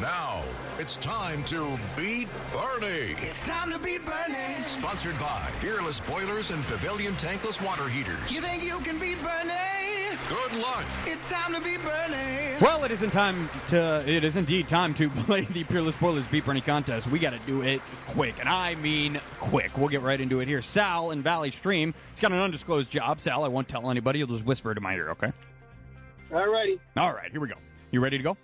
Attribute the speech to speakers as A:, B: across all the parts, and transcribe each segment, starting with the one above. A: Now it's time to beat Bernie.
B: It's time to beat Bernie.
A: Sponsored by Fearless Boilers and Pavilion Tankless Water
B: You
A: Heaters.
B: think you can beat Bernie?
A: Good luck.
B: It's time to beat Bernie.
C: Well, it isn't time to. It is indeed time to play the Peerless Spoilers Beat Bernie contest. We got to do it quick, and I mean quick. We'll get right into it here. Sal in Valley Stream. He's got an undisclosed job. Sal, I won't tell anybody. You'll just whisper it in my ear, okay?
D: Alrighty,
C: All right, here we go. You ready to go?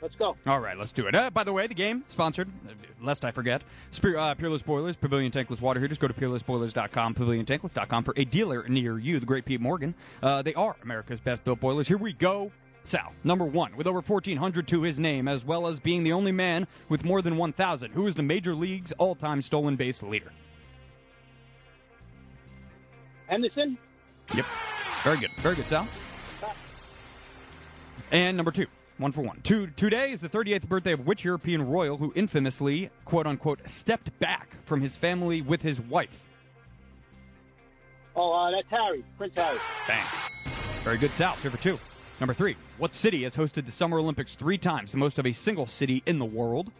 D: let's go.
C: All right, let's do it. Uh, by the way, the game sponsored, uh, lest I forget, Spear, uh, Peerless Boilers, Pavilion Tankless Water Heaters. Go to peerlessboilers.com, paviliontankless.com for a dealer near you, the great Pete Morgan. Uh, they are America's best built boilers. Here we go. Sal, number one, with over 1,400 to his name, as well as being the only man with more than 1,000, who is the Major League's all time stolen base leader.
D: Henderson,
C: Yep. Very good. Very good, Sal. And number two, one for one. Two, today is the 38th birthday of which European royal who infamously, quote unquote, stepped back from his family with his wife?
D: Oh, uh, that's Harry, Prince Harry.
C: Bang. Very good, Sal. Two for two. Number three, what city has hosted the Summer Olympics three times, the most of a single city in the world?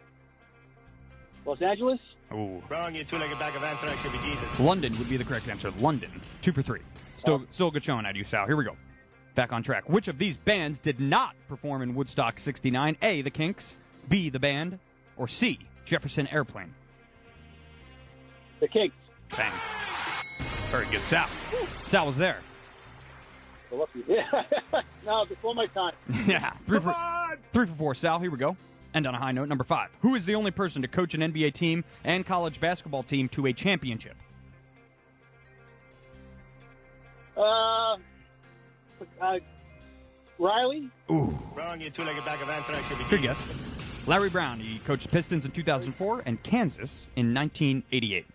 D: Los Angeles,
C: Ooh.
E: Wrong, you two-legged back of anthrax should be Jesus.
C: London would be the correct answer. London. Two for three. Still, still a good showing out of you, Sal. Here we go. Back on track. Which of these bands did not perform in Woodstock 69? A, The Kinks, B, The Band, or C, Jefferson Airplane?
D: the Kings,
C: Bang. Very good, Sal. Sal was there.
D: the lucky. Yeah, no, before my time.
C: Yeah. Three for, three for four, Sal. Here we go. And on a high note, number five. Who is the only person to coach an NBA team and college basketball team to a championship?
D: Uh, uh, Riley,
E: Wrong, you two-legged back of anthrax should be
C: Good
E: Jesus.
C: guess. Larry Brown. He coached the Pistons in 2004 and Kansas in 1988.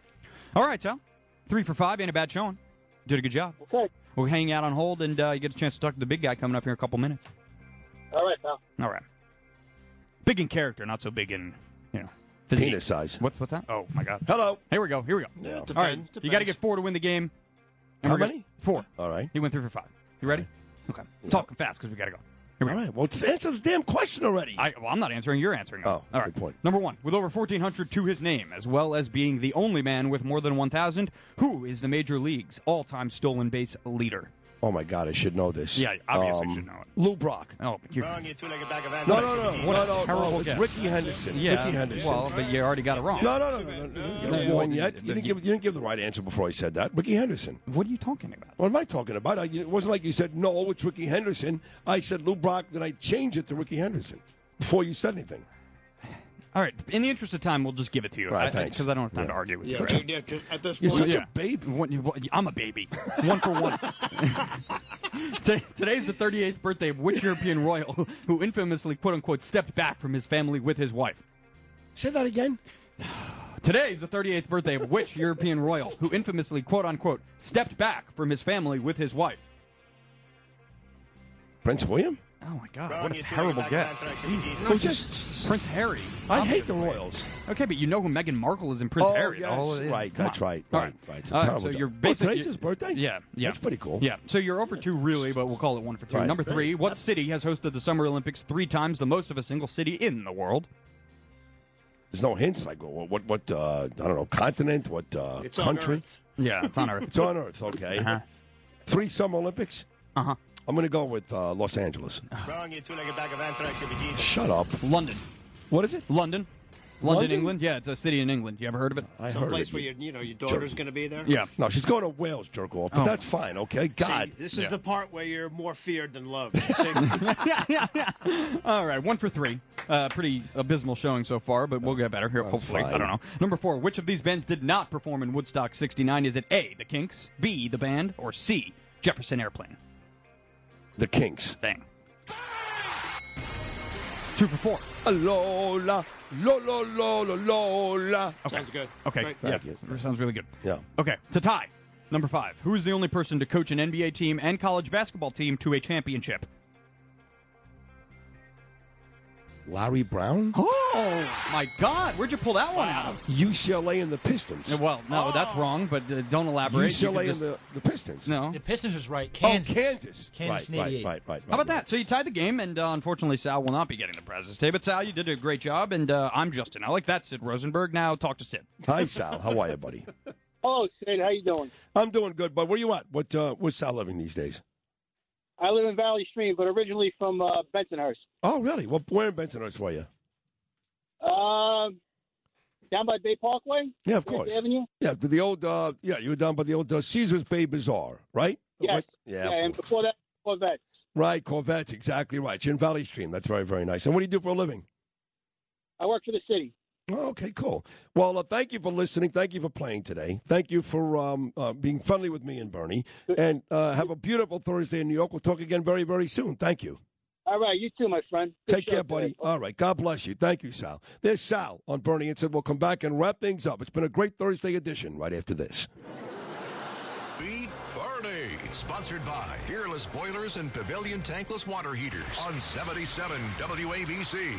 C: All right, Sal. Three for five. Ain't a bad showing. Did a good job.
D: okay,
C: We'll hang out on hold, and uh, you get a chance to talk to the big guy coming up here in a couple minutes.
D: all right, pal.
C: All right. Big in character, not so big in, you know, physique.
F: Penis size.
C: What's what's that? Oh, my God.
F: Hello.
C: Here we go. Here we go.
F: Yeah,
C: All right.
F: depend-
C: You got to
F: depends.
C: get four to win the game. And
F: How
C: we're gonna-
F: many?
C: Four.
F: All right.
C: He went three for five. You ready? Okay. Talking fast because we got to go. Here we
F: All
C: go.
F: right. Well, just answer this damn question already.
C: I, well, I'm not answering. You're answering. it.
F: Oh,
C: all right.
F: good point.
C: Number one, with over 1,400 to his name, as well as being the only man with more than 1,000, who is the major league's all-time stolen base leader?
F: oh my God, I should know this. Um,
C: Yeah, obviously should know it.
F: Lou Brock.
C: Oh, you,
E: Wrong, you two-legged back of
F: No,
E: anthrax
F: no,
E: should be
F: no,
E: Jesus.
C: a
F: no, no,
C: terrible
F: no. It's
C: guess.
F: Ricky Henderson.
C: yeah.
F: Ricky Henderson.
C: Well, but you already got it wrong.
F: no, no, no, no, no. You didn't
C: No,
F: get
C: you
F: a warning
C: didn't.
F: yet. You didn't, give, you didn't give the right answer before I said that. Ricky Henderson.
C: What are you talking about?
F: What am I talking about? I, it wasn't like you said no. It's Ricky Henderson. I said Lou Brock. Then I changed it to Ricky Henderson before you said anything.
C: All right. In the interest of time, we'll just give it to you.
F: All right,
C: I- I-
F: thanks.
C: I, don't have time to
F: Yeah.
C: argue with
G: Yeah,
C: you. right
G: right, yeah, 'cause at this
F: You're
G: point,
F: such
C: yeah.
F: a baby.
C: What- what- I'm a baby. One for one. T- Today's the 38th birthday of which European royal who infamously, quote unquote, stepped back from his family with his wife?
F: Say that again.
C: Today's the 38th birthday of which European royal who infamously, quote unquote, stepped back from his family with his wife?
F: Prince William.
C: Oh my God!
E: Wrong,
C: What a
E: you two-legged
C: terrible
E: back of
C: guess.
E: anthrax should be
C: Jesus.
E: Jesus.
F: So just.
C: Prince Harry. Um,
F: I hate the Royals.
C: Okay, but you know who Meghan Markle is in Prince
F: Oh,
C: Harry.
F: yes,
C: all- yeah,
F: right,
C: come
F: that's
C: on.
F: right,
C: All
F: right, right.
C: All right Uh,
F: Terrible
C: so
F: job.
C: you're
F: Oh,
C: basically
F: today's his birthday?
C: Yeah, yeah.
F: That's pretty cool.
C: Yeah. So you're over two really, but we'll call it one for two.
F: Right.
C: Number three, what city has hosted the Summer Olympics three times, the most of a single city in the world?
F: There's no hints like what what, what uh, I don't know continent, what uh,
G: it's on
F: country.
G: Earth.
C: Yeah, it's on Earth.
F: It's on Earth. Okay.
C: Uh-huh.
F: Three Summer Olympics.
C: Uh huh.
F: I'm going to go with uh, Los Angeles.
C: Uh-huh.
E: Wrong, you two-legged back of anthrax should be Jesus.
F: Shut up.
C: London.
F: What is it?
C: London. London,
F: London?
C: England. Yeah, it's a city in England. You ever heard of it?
F: I
G: Some
F: heard
G: place
F: it.
G: where your you know your daughter's going to be there.
C: Yeah.
F: No, she's going to Wales, jerk off. But
C: Oh.
F: that's fine. Okay.
G: See,
F: God.
G: this is
C: Yeah.
G: the part where you're more feared than loved. See?
C: All right, one for three. Uh, pretty abysmal showing so far, but we'll get better here, hopefully.
F: fine.
C: I don't know. Number four, which of these bands did not perform in Woodstock 69? Is it A, The Kinks, B, The Band, or C, Jefferson Airplane?
F: The Kinks.
C: Bang. Two for four.
F: Lola, Lola, Lola, Lola.
G: Sounds good.
C: Okay.
G: Right.
C: Yeah.
F: Thank you.
C: That sounds really good.
F: Yeah.
C: Okay. To tie. Number five. Who is the only person to coach an NBA team and college basketball team to a championship?
F: Larry Brown.
C: Oh! Oh my God! Where'd you pull that one out of?
F: UCLA and the Pistons.
C: Well, no, that's wrong. But uh, don't elaborate. You
F: UCLA
C: could
F: and
C: just-
F: the, the Pistons.
C: no.
H: The Pistons was right.
F: Oh,
H: Kansas.
F: Kansas.
H: Kansas
F: right, right,
H: in
F: right,
H: 88.
F: right, right.
C: How about that? So you tied the game, and uh, unfortunately, Sal will not be getting the President's Day. But Sal, you did a great job, and uh, I'm Justin Alec. That's Sid Rosenberg. Now talk to Sid.
F: Hi, Sal. How are you, buddy?
D: Hello, Sid. How you doing?
F: I'm doing good, but where you at? What uh, what's Sal living these days?
D: I live in Valley Stream, but originally from uh, Bensonhurst,
F: Oh, really? Well, where in Bensonhurst were you?
D: Um down by Bay Parkway.
F: Yeah, of
D: Fifth
F: course.
D: Avenue.
F: Yeah, the, the old. Uh, yeah, you were down by the old uh, Caesar's Bay Bazaar, right?
D: Yes.
F: What-
D: Yeah.
F: Yeah.
D: and before that, Corvettes.
F: Right, Corvettes. Exactly right. You're in Valley Stream. That's very, very nice. And what do you do for a living?
D: I work for the city.
F: Oh, okay, cool. Well, uh, thank you for listening. Thank you for playing today. Thank you for um, uh, being friendly with me and Bernie. And uh, have a beautiful Thursday in New York. We'll talk again very, very soon. Thank you.
D: All right, you too, my friend. Good
F: Take
D: show
F: care,
D: today.
F: buddy. All right. God bless you. Thank you, Sal. There's Sal on Bernie and said we'll come back and wrap things up. It's been a great Thursday edition right after this.
A: Beat Bernie. Sponsored by Fearless Boilers and Pavilion Tankless Water Heaters on 77 WABC.